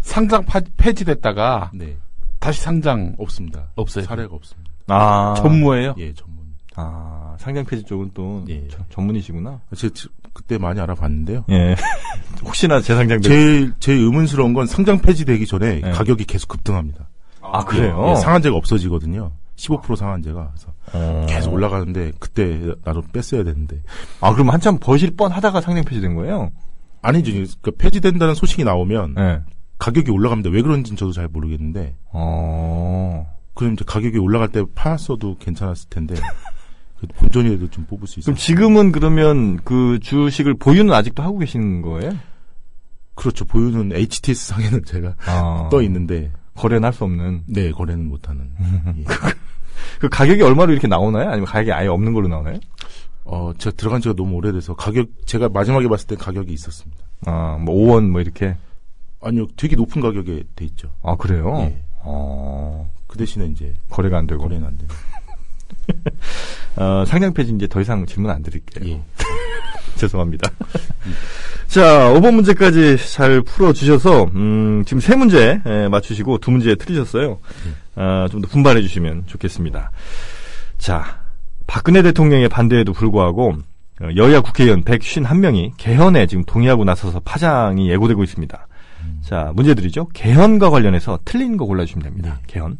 Speaker 3: 상장 파, 폐지됐다가
Speaker 2: 네.
Speaker 3: 다시 상장
Speaker 2: 없습니다.
Speaker 3: 없어요?
Speaker 2: 사례가 없습니다.
Speaker 1: 아,
Speaker 3: 전무예요.
Speaker 2: 예, 전문.
Speaker 1: 아, 상장 페이지 쪽은 또
Speaker 2: 예.
Speaker 1: 저- 전문이시구나
Speaker 2: 제가 지- 그때 많이 알아봤는데요.
Speaker 1: 예 (laughs) 혹시나 재상장 될-
Speaker 2: 제일, 제일 의문스러운 건 상장 폐지되기 전에
Speaker 1: 네.
Speaker 2: 가격이 계속 급등합니다.
Speaker 1: 아 그래요
Speaker 2: 예, 상한제가 없어지거든요. 15% 상한제가. 그래서
Speaker 1: 어.
Speaker 2: 계속 올라가는데 그때 나도 뺐어야 되는데.
Speaker 1: 아 그럼 한참 버실 뻔하다가 상장 페이지 된 거예요
Speaker 2: 아니죠. 그러니까 폐지된다는 소식이 그 나오면
Speaker 1: 예.
Speaker 2: 가격이 올라갑니다. 왜 그런지는 저도 잘 모르겠는데
Speaker 1: 어.
Speaker 2: 그럼 이제 가격이 올라갈 때 팔았어도 괜찮았을
Speaker 1: (laughs)
Speaker 2: 텐데 그래도 본전이라도 좀 뽑을 수 있어요.
Speaker 1: 그럼 지금은 그러면 그 주식을 보유는 아직도 하고 계신 거예요?
Speaker 2: 그렇죠. 보유는 HTS 상에는 제가
Speaker 1: 아.
Speaker 2: 떠 있는데
Speaker 1: 거래는 할 수 없는.
Speaker 2: 네 거래는 못하는.
Speaker 1: 음.
Speaker 2: 예.
Speaker 1: 그 가격이 얼마로 이렇게 나오나요? 아니면 가격이 아예 없는 걸로 나오나요?
Speaker 2: 어 제가 들어간 지가 너무 오래돼서 가격 제가 마지막에 봤을 때 가격이 있었습니다.
Speaker 1: 아, 뭐 5원 뭐 이렇게.
Speaker 2: 아니요, 되게 높은 가격에 돼 있죠.
Speaker 1: 아, 그래요?
Speaker 2: 예.
Speaker 1: 어.
Speaker 2: 그 대신에 이제
Speaker 1: 거래가 안 되고.
Speaker 2: 거래는 안 돼요.
Speaker 1: 어, 상장 페이지 이제 더 이상 질문 안 드릴게요.
Speaker 2: 예.
Speaker 1: (laughs) 죄송합니다. 자, 5번 문제까지 잘 풀어주셔서, 음, 지금 세 문제 예, 맞추시고 두 문제 틀리셨어요. 아, 좀 더 분발해 주시면 좋겠습니다. 자, 박근혜 대통령의 반대에도 불구하고, 어, 여야 국회의원 151명이 개헌에 지금 동의하고 나서서 파장이 예고되고 있습니다. 자, 문제 드리죠. 개헌과 관련해서 틀린 거 골라주시면 됩니다. 개헌.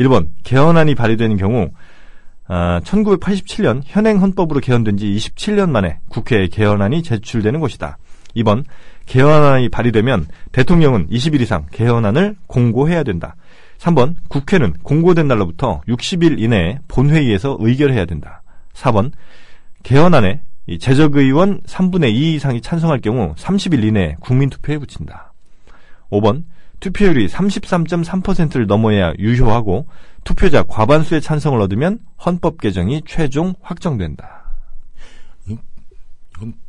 Speaker 1: 1번, 개헌안이 발의되는 경우, 아, 1987년 현행 헌법으로 개헌된 지 27년 만에 국회에 개헌안이 제출되는 것이다. 2번, 개헌안이 발의되면 대통령은 20일 이상 개헌안을 공고해야 된다. 3번, 국회는 공고된 날로부터 60일 이내에 본회의에서 의결해야 된다. 4번, 개헌안에 이 재적의원 3분의 2 이상이 찬성할 경우 30일 이내에 국민투표에 붙인다. 5번, 투표율이 33.3%를 넘어야 유효하고 투표자 과반수의 찬성을 얻으면 헌법 개정이 최종 확정된다.
Speaker 2: 이건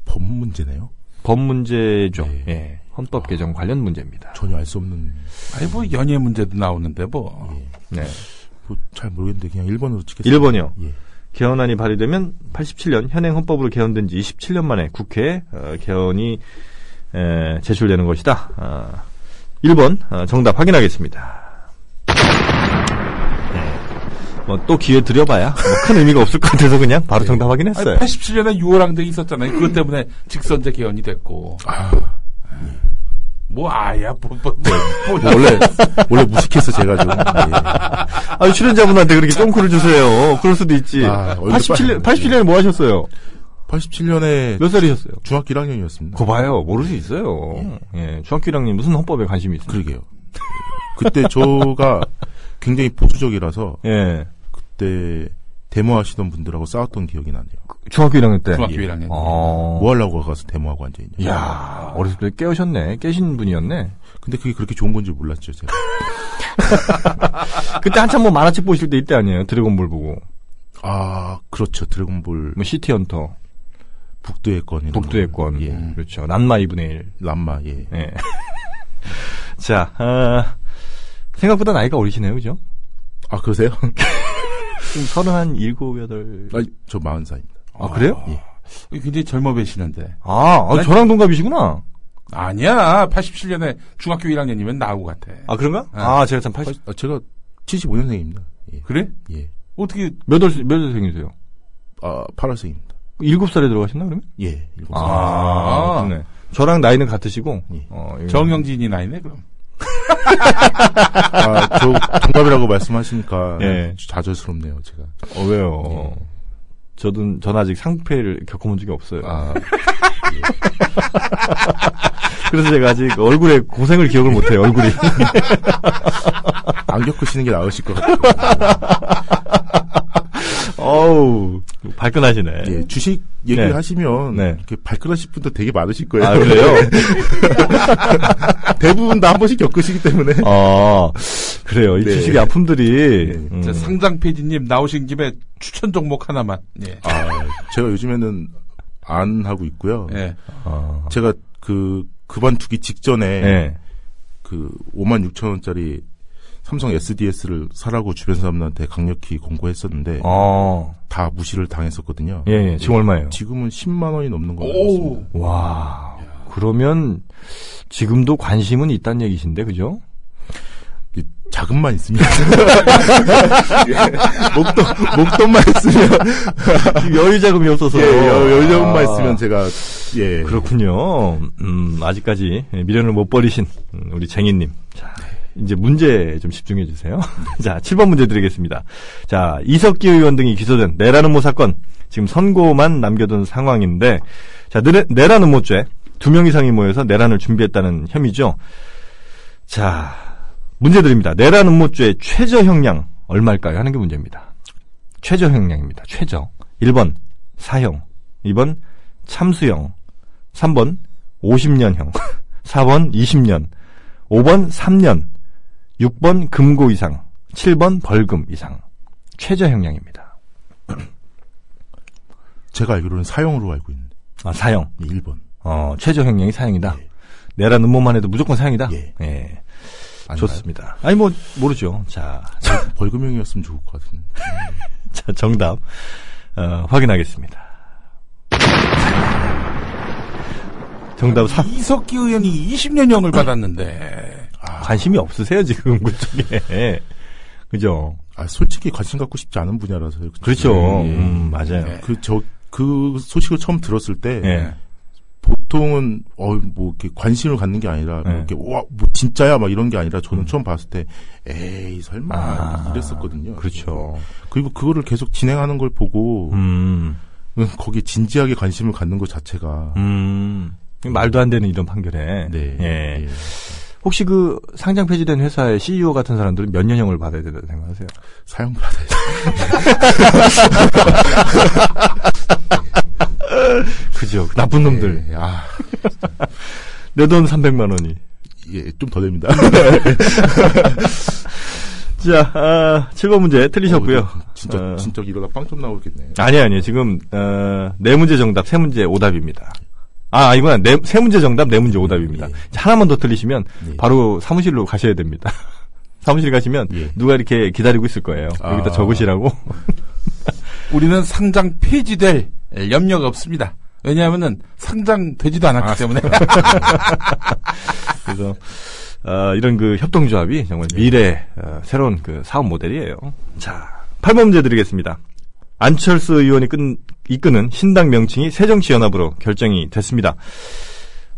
Speaker 2: 법 문제네요.
Speaker 1: 법 문제죠.
Speaker 2: 네.
Speaker 1: 예. 헌법 개정 관련 문제입니다.
Speaker 2: 전혀 알 수 없는.
Speaker 3: 아니 뭐 연예 문제도 나오는데 뭐.
Speaker 2: 예.
Speaker 1: 네.
Speaker 2: 뭐 잘 모르겠는데 그냥 1번으로 치겠습니다.
Speaker 1: 1번이요.
Speaker 2: 예.
Speaker 1: 개헌안이 발의되면 87년 현행 헌법으로 개헌된 지 27년 만에 국회에 어, 개헌이 에, 제출되는 것이다. 아, 1번 어, 정답 확인하겠습니다. 네. 뭐또 기회 드려봐야 뭐큰 의미가 없을 것 같아서 그냥 바로 정답
Speaker 3: 아니,
Speaker 1: 확인했어요.
Speaker 3: 87년에 6월항쟁이 있었잖아요. 그것 때문에 직선제 개헌이 됐고.
Speaker 2: 아,
Speaker 3: 뭐 아야 뭐, 뭐, 뭐, 뭐,
Speaker 2: 원래 원래 무식해서 제가 좀 예.
Speaker 1: 아, 출연자분한테 그렇게 쫑크를 주세요. 그럴 수도 있지.
Speaker 2: 아, 얼굴
Speaker 1: 87년,
Speaker 2: 빨리.
Speaker 1: 87년에 뭐 하셨어요?
Speaker 2: 87년에
Speaker 1: 몇 살이셨어요?
Speaker 2: 중학교 1학년이었습니다.
Speaker 1: 그거 봐요. 모를 수 있어요. 예. 중학교 1학년 무슨 헌법에 관심이 있어요?
Speaker 2: 그러게요. 그때 저가 굉장히 보수적이라서
Speaker 1: 예.
Speaker 2: 그때 데모하시던 분들하고 싸웠던 기억이 나네요.
Speaker 1: 중학교 1학년 때.
Speaker 3: 중학교 1학년.
Speaker 1: 아.
Speaker 2: 뭐 하려고 가서 데모하고 앉아 있냐.
Speaker 1: 야 어렸을 때 깨우셨네. 깨신 분이었네.
Speaker 2: 근데 그게 그렇게 좋은 건지 몰랐죠, 제가.
Speaker 1: 그때 한참 뭐 만화책 보실 때 이때 아니에요. 드래곤볼 보고.
Speaker 2: 아, 그렇죠. 드래곤볼
Speaker 1: 뭐 시티헌터,
Speaker 2: 북두의 건 이런
Speaker 1: 독도의
Speaker 2: 거.
Speaker 1: 권.
Speaker 2: 예.
Speaker 1: 그렇죠. 난마 2분의 1.
Speaker 2: 람마 예.
Speaker 1: 예. (laughs) 자, 아, 생각보다 나이가 어리시네요. 그죠?
Speaker 2: 아, 그러세요?
Speaker 1: 지금 서른 한 일곱, 여덟.
Speaker 2: 아니, 저 40살입니다.
Speaker 1: 아, 그래요?
Speaker 3: 굉장히 젊어 보이시는데.
Speaker 1: 아, 아, 저랑 동갑이시구나.
Speaker 3: 아니야. 87년에 중학교 1학년이면 나하고 같아.
Speaker 1: 아, 그런가?
Speaker 3: 네.
Speaker 1: 아, 제가 참 80.
Speaker 2: 아, 제가 75년생입니다. 예.
Speaker 3: 그래?
Speaker 2: 예.
Speaker 3: 어떻게
Speaker 1: 몇 월, 몇 월생이세요?
Speaker 2: 아, 8월생입니다.
Speaker 1: 일곱 살에 들어가셨나, 그러면?
Speaker 2: 예. 일곱 살.
Speaker 1: 아, 그렇네. 저랑 나이는 같으시고,
Speaker 2: 예.
Speaker 1: 어, 이거-
Speaker 3: 정영진이 나이네 그럼.
Speaker 2: 아, 저 동갑이라고 말씀하시니까
Speaker 1: 예.
Speaker 2: 좌절스럽네요, 제가.
Speaker 1: 어, 왜요? 저도, 전 아직 상패를 겪어본 적이 없어요.
Speaker 2: 아,
Speaker 1: 그래서 제가 아직 얼굴에 고생을 기억을 못해요, (laughs) 얼굴이.
Speaker 2: 안 겪으시는 게 나으실 것 같아요.
Speaker 1: 어우, 발끈하시네.
Speaker 2: 예, 주식 얘기를
Speaker 1: 네.
Speaker 2: 하시면
Speaker 1: 네.
Speaker 2: 이렇게 발끈하실 분도 되게 많으실 거예요.
Speaker 1: 아, (laughs) 그래요?
Speaker 2: (laughs) 대부분 다 한 번씩 겪으시기 때문에.
Speaker 1: 아, 그래요. 이
Speaker 2: 네.
Speaker 1: 주식의 아픔들이. 음.
Speaker 3: 자, 상장 PD님 나오신 김에 추천 종목 하나만. 예.
Speaker 2: 아, 제가 요즘에는 안 하고 있고요.
Speaker 3: 예.
Speaker 1: 아,
Speaker 2: 제가 그 그만두기 직전에
Speaker 1: 예.
Speaker 2: 그 5만 6천 원짜리 삼성 SDS를 사라고 주변 사람들한테 강력히 권고했었는데
Speaker 1: 아,
Speaker 2: 다 무시를 당했었거든요.
Speaker 1: 예, 예. 지금 얼마예요?
Speaker 2: 지금은 10만 원이 넘는 것
Speaker 3: 오.
Speaker 2: 같습니다.
Speaker 1: 와, 그러면 지금도 관심은 있다는 얘기신데, 그죠?
Speaker 2: 자금만 있으면 (laughs) 예. 목돈 목돈만 있으면
Speaker 1: 여유 자금이 없어서.
Speaker 2: 예, 여- 연령만 있으면 제가 예
Speaker 1: 아. 그렇군요. 음, 아직까지 미련을 못 버리신 음, 우리 쟁이님. 자, 이제 문제 좀 집중해 주세요. (laughs) 자, 7번 문제 드리겠습니다. 자, 이석기 의원 등이 기소된 내란 음모 사건. 지금 선고만 남겨둔 상황인데, 자, 내- 내란 음모죄. 두 명 이상이 모여서 내란을 준비했다는 혐의죠. 자, 문제 드립니다. 내란 음모죄 최저 형량 얼마일까요? 하는 게 문제입니다. 최저 형량입니다. 최저. 1번 사형, 2번 참수형, 3번 50년형, (laughs) 4번 20년, 5번 3년, 6번 금고 이상, 7번 벌금 이상. 최저 형량입니다.
Speaker 2: 제가 알기로는 사형으로 알고 있는데.
Speaker 1: 아, 사형.
Speaker 2: 예, 1번.
Speaker 1: 어, 최저 형량이 사형이다.
Speaker 2: 예.
Speaker 1: 내란 음모만 해도 무조건 사형이다.
Speaker 2: 예.
Speaker 1: 예.
Speaker 2: 아닌가요?
Speaker 1: 좋습니다. 아니 뭐 모르죠. 자, (laughs)
Speaker 2: 벌금형이었으면 좋을 것 같은데.
Speaker 1: 자 정답 어, 확인하겠습니다. 정답 사,
Speaker 3: 이석기 의원이 20년형을 받았는데
Speaker 2: 아.
Speaker 1: 관심이 없으세요 지금 그쪽에 (laughs) 그죠?
Speaker 2: 아, 솔직히 관심 갖고 싶지 않은 분야라서요.
Speaker 1: 그렇죠.
Speaker 2: 예.
Speaker 1: 음, 맞아요.
Speaker 3: 예.
Speaker 2: 그, 저, 그 소식을 처음 들었을 때.
Speaker 1: 예.
Speaker 2: 보통은, 어, 뭐, 이렇게 관심을 갖는 게 아니라, 뭐
Speaker 1: 네.
Speaker 2: 이렇게, 와, 뭐, 진짜야, 막 이런 게 아니라, 저는 처음 봤을 때, 에이, 설마,
Speaker 1: 아,
Speaker 2: 이랬었거든요.
Speaker 1: 그렇죠.
Speaker 2: 그리고 그거를 계속 진행하는 걸 보고,
Speaker 1: 음,
Speaker 2: 음, 거기에 진지하게 관심을 갖는 것 자체가.
Speaker 1: 음. 말도 안 되는 이런 판결에.
Speaker 2: 네.
Speaker 1: 예.
Speaker 2: 예.
Speaker 1: 혹시 그 상장 폐지된 회사의 CEO 같은 사람들은 몇 년형을 받아야 된다고 생각하세요?
Speaker 2: (laughs) 사용받아야 돼.
Speaker 1: 그죠. 그 나쁜 놈들.
Speaker 2: 예, 아,
Speaker 1: 내 돈 300만 원이.
Speaker 2: 예, 좀 더
Speaker 1: (laughs)
Speaker 2: 됩니다.
Speaker 1: 자, 아, 7번 문제 틀리셨고요.
Speaker 2: 어, 진짜,
Speaker 1: 어.
Speaker 2: 진짜 이러다 빵점 나오겠네.
Speaker 1: 아니 아니요 지금 어, 네 문제 정답 세 문제 오답입니다. 아 이거는 네, 세 문제 정답 네 문제 오답입니다.
Speaker 2: 예.
Speaker 1: 자, 하나만 더 틀리시면
Speaker 2: 예.
Speaker 1: 바로 사무실로 가셔야 됩니다. (laughs) 사무실 가시면
Speaker 2: 예.
Speaker 1: 누가 이렇게 기다리고 있을 거예요.
Speaker 2: 아.
Speaker 1: 여기다 적으시라고.
Speaker 3: 우리는 상장 폐지될 염려가 없습니다. 왜냐하면은 상장되지도 않았기 때문에
Speaker 1: 그래서 어, 이런 그 협동조합이 정말 미래 어, 새로운 그 사업 모델이에요. 자, 8번 문제 드리겠습니다. 안철수 의원이 끈, 이끄는 신당 명칭이 새정치연합으로 결정이 됐습니다.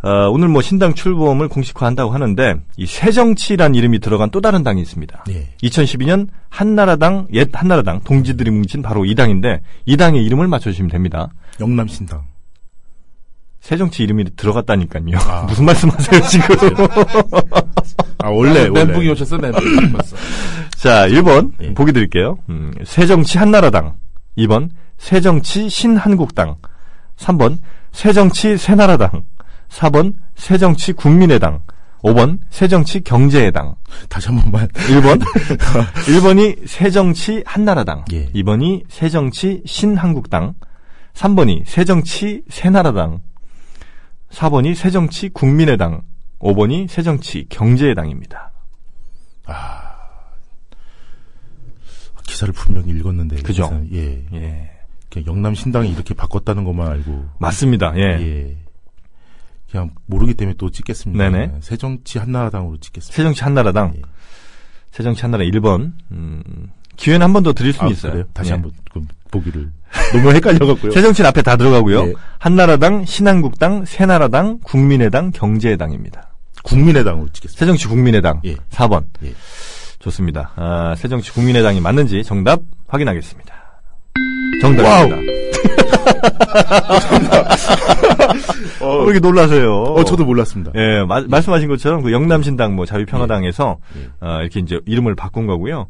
Speaker 1: 어, 오늘 뭐 신당 출범을 공식화한다고 하는데 이 새정치란 이름이 들어간 또 다른 당이 있습니다.
Speaker 2: 예.
Speaker 1: 2012년 한나라당 옛 한나라당 동지들이 뭉친 바로 이 당인데 이 당의 이름을 맞춰주시면 됩니다.
Speaker 2: 영남신당.
Speaker 1: 새정치 이름이 들어갔다니까요.
Speaker 2: 아.
Speaker 1: (laughs) 무슨 말씀하세요 지금?
Speaker 2: 아, 원래, 원래.
Speaker 3: 멘붕이 오셨어 네, (clears throat) 멘붕이 오셨어.
Speaker 1: 자, 1번
Speaker 2: 예.
Speaker 1: 보기 드릴게요. 음, 새정치 한나라당. 2번 새정치 신한국당. 3번 새정치 새나라당. 4번 새정치 국민의당. 5번 새정치 경제의당.
Speaker 2: 다시 한 번만.
Speaker 1: (laughs)
Speaker 2: (laughs)
Speaker 1: 1번 1번이 새정치 한나라당.
Speaker 2: 예.
Speaker 1: 2번이 새정치 신한국당. 3번이 새정치 새나라당. 4번이 새정치 국민의당. 5번이 새정치 경제의당입니다.
Speaker 2: 기사를 분명히 읽었는데.
Speaker 1: 그죠?
Speaker 2: 기사는- 예.
Speaker 1: 예.
Speaker 2: 그냥 영남신당이 이렇게 바꿨다는 것만 알고.
Speaker 1: 맞습니다. 예.
Speaker 2: 예. 그냥 모르기 때문에 또 찍겠습니다. 예.
Speaker 1: 네네.
Speaker 2: 새정치 한나라당으로 찍겠습니다.
Speaker 1: 새정치 한나라당.
Speaker 2: 예.
Speaker 1: 새정치 한나라 1번. 음, 기회는 한 번 더 드릴 수는
Speaker 2: 아,
Speaker 1: 있어요.
Speaker 2: 그래요? 다시
Speaker 1: 예.
Speaker 2: 한번 그럼 보기를 너무
Speaker 1: (laughs)
Speaker 2: 헷갈려갖고요.
Speaker 1: 새정치는 앞에 다 들어가고요.
Speaker 2: 예.
Speaker 1: 한나라당, 신한국당, 새나라당, 국민의당, 경제의당입니다.
Speaker 2: 국민의당으로 찍겠습니다.
Speaker 1: 새정치 국민의당
Speaker 2: 예.
Speaker 1: 4번.
Speaker 2: 예.
Speaker 1: 좋습니다. 아, 새정치 국민의당이 맞는지 정답 확인하겠습니다. 정답입니다. 왜
Speaker 2: 어,
Speaker 1: 이렇게 놀라세요?
Speaker 2: 어, 저도 몰랐습니다.
Speaker 1: 예, 마- 말씀하신 것처럼 그 영남신당 뭐 자유평화당에서
Speaker 2: 예. 예.
Speaker 1: 어, 이렇게 이제 이름을 바꾼 거고요.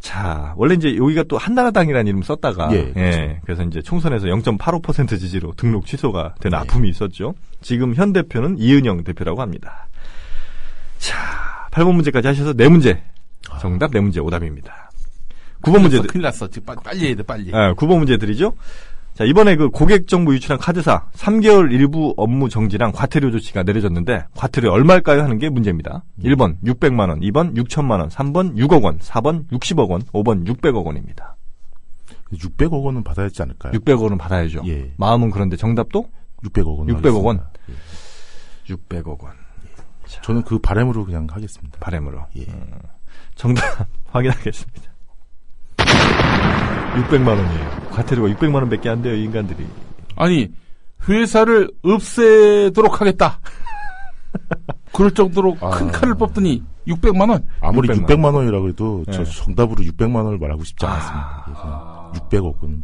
Speaker 1: 자, 원래 이제 여기가 또 한나라당이라는 이름 썼다가
Speaker 2: 예, 그렇죠.
Speaker 1: 래서 이제 총선에서 0.85% 지지로 등록 취소가
Speaker 2: 예.
Speaker 1: 된 아픔이 있었죠. 지금 현 대표는 이은영 대표라고 합니다. 자, 8번 문제까지 하셔서 네 문제
Speaker 2: 아.
Speaker 1: 정답 네 문제 오답입니다. 9번
Speaker 2: 네,
Speaker 1: 문제
Speaker 3: 아, 큰일 났어 지금 빨- 빨리 해야 돼 빨리.
Speaker 1: 예, 9번 문제 드리죠. 자, 이번에 그 고객 정보 유출한 카드사 3개월 일부 업무 정지랑 과태료 조치가 내려졌는데 과태료 얼마일까요 하는 게 문제입니다. 1번 600만 원, 2번 6천만 원, 3번 6억 원, 4번 60억 원, 5번 600억 원입니다.
Speaker 2: 600억 원은 받아야 하지 않을까요?
Speaker 1: 600억 원은 받아야죠.
Speaker 2: 예.
Speaker 1: 마음은 그런데 정답도
Speaker 2: 600억 원.
Speaker 1: 600억 원.
Speaker 2: 하겠습니다.
Speaker 1: 600억 예. 원.
Speaker 2: 저는 그 바람으로 그냥 하겠습니다.
Speaker 1: 바램으로. 음.
Speaker 2: 예.
Speaker 1: 정답 (laughs) 확인하겠습니다. 600만 원이에요. 과태료가 600만 원밖에 안 돼요, 이 인간들이.
Speaker 3: 아니 회사를 없애도록 하겠다. (laughs) 그럴 정도로 큰 칼을 뽑더니 600만 원.
Speaker 2: 아무리
Speaker 1: 600만
Speaker 2: 600만, 원이라 그래도
Speaker 1: 예.
Speaker 2: 저
Speaker 1: 아.
Speaker 2: 정답으로 600만 원을 말하고 싶지 않았습니다. 예, 그냥 600억 원으로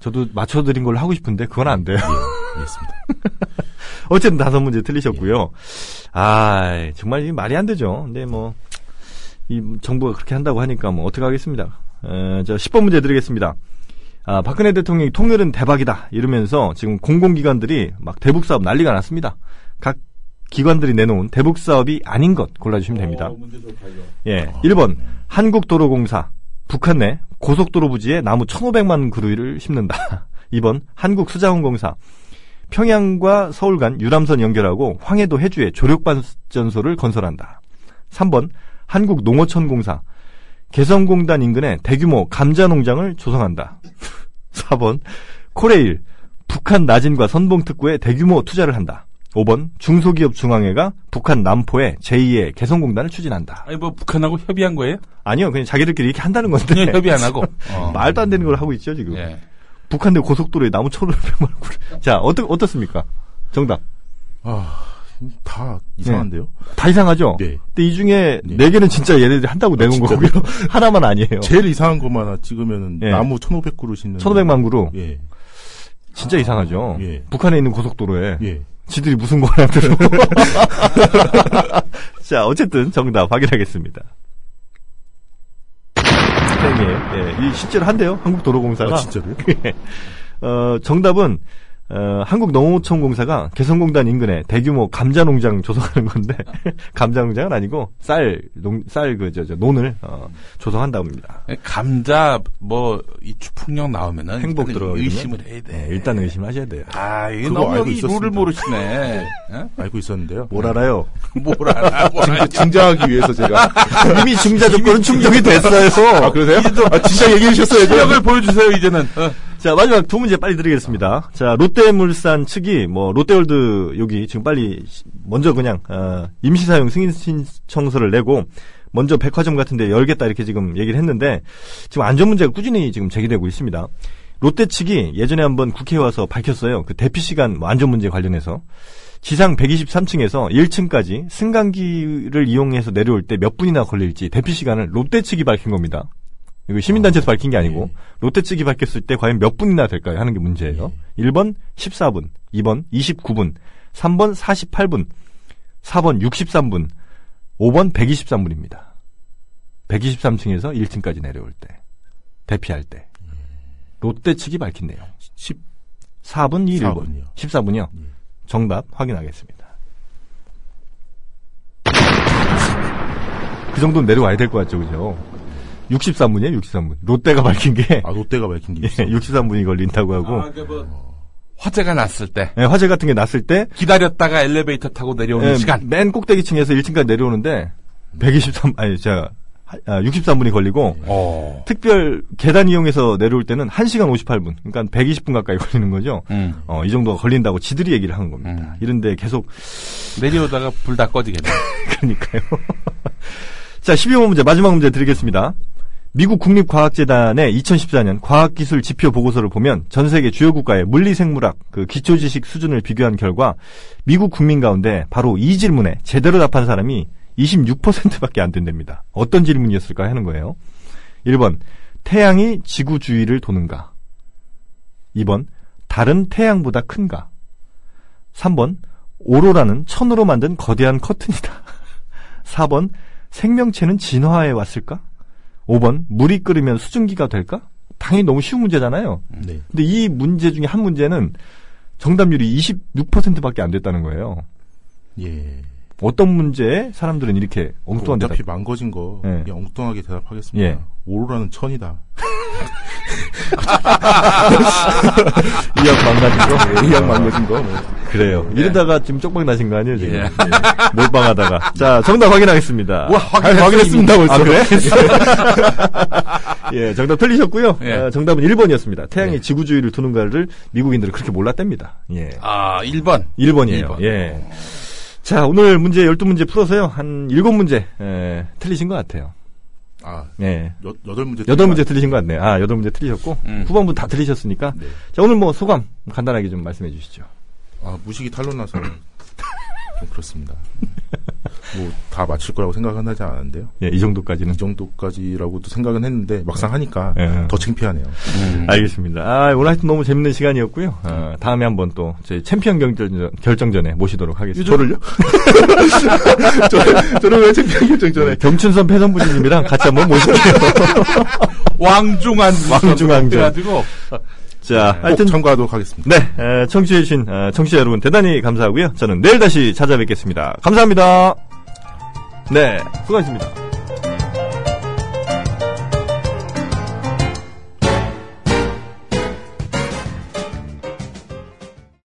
Speaker 1: 저도 맞춰드린 걸로 하고 싶은데 그건 안 돼요.
Speaker 2: 했습니다.
Speaker 1: 어쨌든 다섯 문제 틀리셨고요. 아, 정말 이게 말이 안 되죠. 근데 뭐, 이 정부가 그렇게 한다고 하니까 뭐, 어떡하겠습니다. 에, 저 10번 문제 드리겠습니다. 아, 박근혜 대통령이 통일은 대박이다. 이러면서 지금 공공기관들이 막 대북 사업 난리가 났습니다. 각 기관들이 내놓은 대북 사업이 아닌 것 골라주시면
Speaker 3: 어, 뭐
Speaker 1: 됩니다. 예. 1번, 한국도로공사. 북한 내 고속도로 부지에 나무 1,500만 그루이를 심는다. (laughs) 2번, 한국수자원공사. 평양과 서울 간 유람선 연결하고 황해도 해주에 조력발전소를 건설한다. 3번, 한국농어촌공사. 개성공단 인근에 대규모 감자농장을 조성한다. (laughs) 4번, 코레일. 북한 나진과 선봉특구에 대규모 투자를 한다. 5번, 중소기업 중앙회가 북한 남포에 제2의 개성공단을 추진한다.
Speaker 3: 아니 뭐 북한하고 협의한 거예요?
Speaker 1: 아니요, 그냥 자기들끼리 이렇게 한다는 건데.
Speaker 3: 그냥 협의 안 (laughs) 하고.
Speaker 2: 어.
Speaker 1: (laughs) 말도 안 되는 걸 하고 있죠, 지금.
Speaker 3: 예.
Speaker 1: 북한 내 고속도로에 나무 1,500만 그루. (laughs) 자, 어떻, 어떻습니까? 정답.
Speaker 2: 아, 다
Speaker 1: 예.
Speaker 2: 이상한데요?
Speaker 1: 다 이상하죠?
Speaker 2: 네.
Speaker 1: 근데 이 중에
Speaker 2: 네.
Speaker 1: 네 개는 진짜 얘네들이 한다고 내놓은
Speaker 2: 진짜요?
Speaker 1: 거고요. (laughs) 하나만 아니에요.
Speaker 2: 제일 이상한 것만 하나 찍으면은
Speaker 1: 예.
Speaker 2: 나무 1,500그루 심는.
Speaker 1: 1,500만 그루.
Speaker 2: 예.
Speaker 1: 진짜 이상하죠?
Speaker 2: 예.
Speaker 1: 북한에 있는 고속도로에.
Speaker 2: 예.
Speaker 1: 지들이 무슨 거나 들어. (laughs) 자, 어쨌든 정답 확인하겠습니다. 땡이에요. 예, 이 실제로 한대요. 한국도로공사가.
Speaker 2: 아, 진짜로요?
Speaker 1: (laughs) 예. 어, 정답은 어, 한국농어촌공사가 개성공단 인근에 대규모 감자 농장 조성하는 건데 (laughs) 감자 농장은 아니고 쌀농쌀그저 저, 논을 어, 조성한다고 합니다.
Speaker 3: 감자 뭐 이 추풍령 나오면은
Speaker 1: 행복
Speaker 3: 일단은
Speaker 1: 들어가거든요.
Speaker 3: 의심을 해야 돼.
Speaker 1: 네, 일단 의심하셔야 돼요.
Speaker 3: 아, 이게
Speaker 2: 그거
Speaker 3: 너무
Speaker 2: 알고
Speaker 3: 여기 룰을
Speaker 2: 있었습니다.
Speaker 3: 모르시네. 어?
Speaker 2: 알고 있었는데요.
Speaker 1: 뭘 알아요?
Speaker 3: (laughs) 뭘 알아? 뭘 알아?
Speaker 2: 증자하기 위해서
Speaker 3: (laughs)
Speaker 2: 제가.
Speaker 3: 네,
Speaker 1: 이미 중자 조건은 충족이 됐어요.
Speaker 2: 아, 그러세요? 아, 진짜 얘기해 주셨어요,
Speaker 3: 실력을 보여주세요 이제는. 어.
Speaker 1: 자 마지막 두 문제 빨리 드리겠습니다. 자 롯데물산 측이 뭐 롯데월드 여기 지금 빨리 시- 먼저 그냥 어, 임시사용 승인 신청서를 내고 먼저 백화점 같은데 열겠다 이렇게 지금 얘기를 했는데 지금 안전 문제가 꾸준히 지금 제기되고 있습니다. 롯데 측이 예전에 한번 국회에 와서 밝혔어요. 그 대피 시간 뭐 안전 문제 관련해서 지상 123층에서 1층까지 승강기를 이용해서 내려올 때 몇 분이나 걸릴지 대피 시간을 롯데 측이 밝힌 겁니다. 이거 시민단체에서 밝힌 게 아니고 롯데 측이 밝혔을 때 과연 몇 분이나 될까요? 하는 게 문제예요. 1번 14분, 2번 29분, 3번 48분, 4번 63분, 5번 123분입니다. 123층에서 1층까지 내려올 때 대피할 때 롯데 측이 밝힌 내용.
Speaker 2: 10,
Speaker 1: 4분 1분.
Speaker 2: 14분이요.
Speaker 1: 14분이요. 정답 확인하겠습니다. 그 정도는 내려와야 될 것 같죠, 그죠? 63분이에요, 63분. 롯데가 밝힌 게
Speaker 2: 아, 롯데가 밝힌 게 있어요.
Speaker 1: 예, 63분이 걸린다고 하고.
Speaker 3: 아, 그뭐 화재가 났을 때
Speaker 1: 예, 화재 같은 게 났을 때,
Speaker 3: 기다렸다가 엘리베이터 타고 내려오는
Speaker 1: 예,
Speaker 3: 시간.
Speaker 1: 맨 꼭대기 층에서 1층까지 내려오는데, 123, 아니, 제가, 아, 63분이 걸리고,
Speaker 3: 어.
Speaker 1: 특별 계단 이용해서 내려올 때는 1시간 58분, 그러니까 120분 가까이 걸리는 거죠.
Speaker 3: 음.
Speaker 1: 어, 이 정도가 걸린다고 지들이 얘기를 하는 겁니다.
Speaker 3: 음.
Speaker 1: 이런데 계속
Speaker 3: 내려오다가 불 다 꺼지겠네.
Speaker 1: 그러니까요. (laughs) 자, 12번 문제, 마지막 문제 드리겠습니다. 미국 국립과학재단의 2014년 과학기술 지표 보고서를 보면 전 세계 주요 국가의 물리생물학 그 기초 지식 수준을 비교한 결과 미국 국민 가운데 바로 이 질문에 제대로 답한 사람이 26%밖에 안 된답니다. 어떤 질문이었을까 하는 거예요. 1번 태양이 지구 주위를 도는가? 2번 다른 태양보다 큰가? 3번 오로라는 천으로 만든 거대한 커튼이다. 4번 생명체는 진화해 왔을까? 5번 물이 끓으면 수증기가 될까? 당연히 너무 쉬운 문제잖아요.
Speaker 2: 네.
Speaker 1: 근데 이 문제 중에 한 문제는 정답률이 26%밖에 안 됐다는 거예요.
Speaker 2: 예.
Speaker 1: 어떤 문제에 사람들은 이렇게 엉뚱한 대답.
Speaker 2: 어차피 망거진 거
Speaker 1: 예.
Speaker 2: 그냥 엉뚱하게 대답하겠습니다.
Speaker 1: 예.
Speaker 2: 오로라는 천이다.
Speaker 1: 이학 망가진 거.
Speaker 2: 이양 망거진 거. 뭐.
Speaker 1: 그래요. 이러다가 지금 쪽박 나신 거 아니에요, 지금?
Speaker 3: 예.
Speaker 1: 예. 몰빵하다가. 자, 정답 확인하겠습니다.
Speaker 3: 와, 확인했어요, 이미.
Speaker 1: 벌써. 아, 그래? (laughs) 예, 정답 틀리셨고요.
Speaker 3: 예.
Speaker 1: 아, 정답은 1번이었습니다. 태양이 지구주위를 도는가를 미국인들은 그렇게 몰랐답니다. 예.
Speaker 3: 아, 1번.
Speaker 1: 1번이에요.
Speaker 3: 번.
Speaker 1: 예. 자, 오늘 문제 12문제 풀어서요. 한 7문제, 예, 틀리신 것 같아요.
Speaker 2: 아,
Speaker 1: 예.
Speaker 2: 여, 여덟 문제.
Speaker 1: 여덟 문제 틀리신 것 같네요. 아, 여덟 문제 틀리셨고.
Speaker 3: 음.
Speaker 1: 후반부 다 틀리셨으니까.
Speaker 2: 네.
Speaker 1: 자, 오늘 뭐 소감 간단하게 좀 말씀해 주시죠.
Speaker 2: 아, 무식이 탄로 나서 좀 그렇습니다. 뭐 다 맞출 거라고 생각은 하지 않았는데요.
Speaker 1: 예, 이 정도까지는.
Speaker 2: 이 정도까지라고도 생각은 했는데 막상 하니까
Speaker 1: 예.
Speaker 2: 더 창피하네요.
Speaker 3: 음.
Speaker 1: 알겠습니다. 아, 오늘 하여튼 너무 재밌는 시간이었고요. 아, 다음에 한번 또 저희 챔피언 결정전, 결정전에 모시도록 하겠습니다.
Speaker 2: 저를요? 저는, 저는 왜 창피한 결정 전에
Speaker 1: 경춘선 패선부지님이랑 같이 한번 모실게요.
Speaker 3: 왕중한
Speaker 1: 왕중왕전.
Speaker 3: 그래가지고
Speaker 1: 자,
Speaker 2: 꼭
Speaker 1: 하여튼
Speaker 2: 참가하도록 하겠습니다.
Speaker 1: 네, 에, 청취해주신 에, 청취자 여러분 대단히 감사하고요. 저는 내일 다시 찾아뵙겠습니다. 감사합니다. 네, 수고하셨습니다.